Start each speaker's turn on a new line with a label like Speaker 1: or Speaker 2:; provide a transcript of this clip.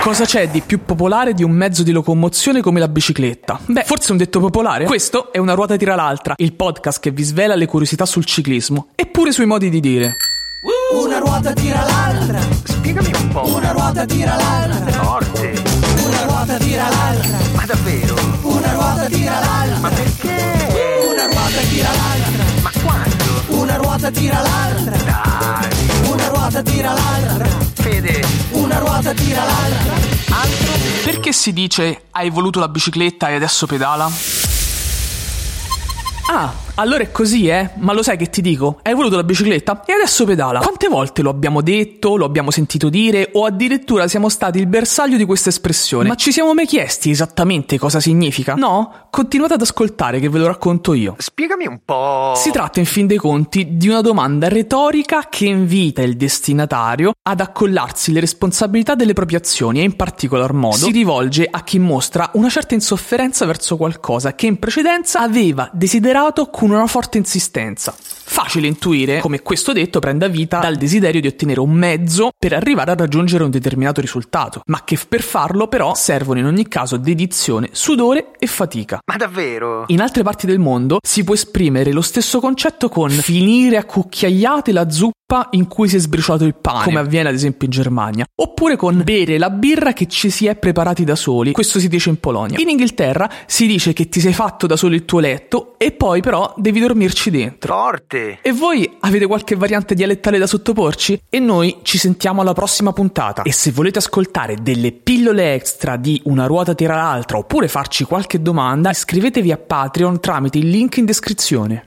Speaker 1: Cosa c'è di più popolare di un mezzo di locomozione come la bicicletta? Beh, forse un detto popolare. Questo è Una ruota tira l'altra, il podcast che vi svela le curiosità sul ciclismo e pure sui modi di dire.
Speaker 2: Una ruota tira l'altra.
Speaker 3: Spiegami un po'.
Speaker 2: Una ruota tira l'altra.
Speaker 3: Forte.
Speaker 2: Una ruota tira l'altra.
Speaker 3: Ma davvero?
Speaker 2: Una ruota tira l'altra.
Speaker 3: Ma perché?
Speaker 2: Una ruota tira l'altra.
Speaker 3: Ma quando?
Speaker 2: Una ruota tira l'altra.
Speaker 3: Dai.
Speaker 2: Una ruota tira l'altra.
Speaker 3: Fede,
Speaker 2: Una ruota tira l'altra.
Speaker 3: altro
Speaker 1: Perché si dice hai voluto la bicicletta e adesso pedala? Ah, allora è così, eh? Ma lo sai che ti dico? Hai voluto la bicicletta e adesso pedala. Quante volte lo abbiamo detto, lo abbiamo sentito dire o addirittura siamo stati il bersaglio di questa espressione? Ma ci siamo mai chiesti esattamente cosa significa? No? Continuate ad ascoltare che ve lo racconto io.
Speaker 3: Spiegami un po'.
Speaker 1: Si tratta in fin dei conti di una domanda retorica che invita il destinatario ad accollarsi le responsabilità delle proprie azioni e in particolar modo si rivolge a chi mostra una certa insofferenza verso qualcosa che in precedenza aveva desiderato con una forte insistenza. Facile intuire come questo detto prenda vita dal desiderio di ottenere un mezzo per arrivare a raggiungere un determinato risultato, ma che per farlo però servono in ogni caso dedizione, sudore e fatica.
Speaker 3: Ma davvero?
Speaker 1: In altre parti del mondo si può esprimere lo stesso concetto con finire a cucchiaiate la zuppa in cui si è sbriciolato il pane, come avviene ad esempio in Germania, oppure con bere la birra che ci si è preparati da soli, questo si dice in Polonia. In Inghilterra si dice che ti sei fatto da solo il tuo letto e poi però devi dormirci dentro.
Speaker 3: Forte.
Speaker 1: E voi avete qualche variante dialettale da sottoporci? E noi ci sentiamo alla prossima puntata. E se volete ascoltare delle pillole extra di Una ruota tira l'altra oppure farci qualche domanda, iscrivetevi a Patreon tramite il link in descrizione.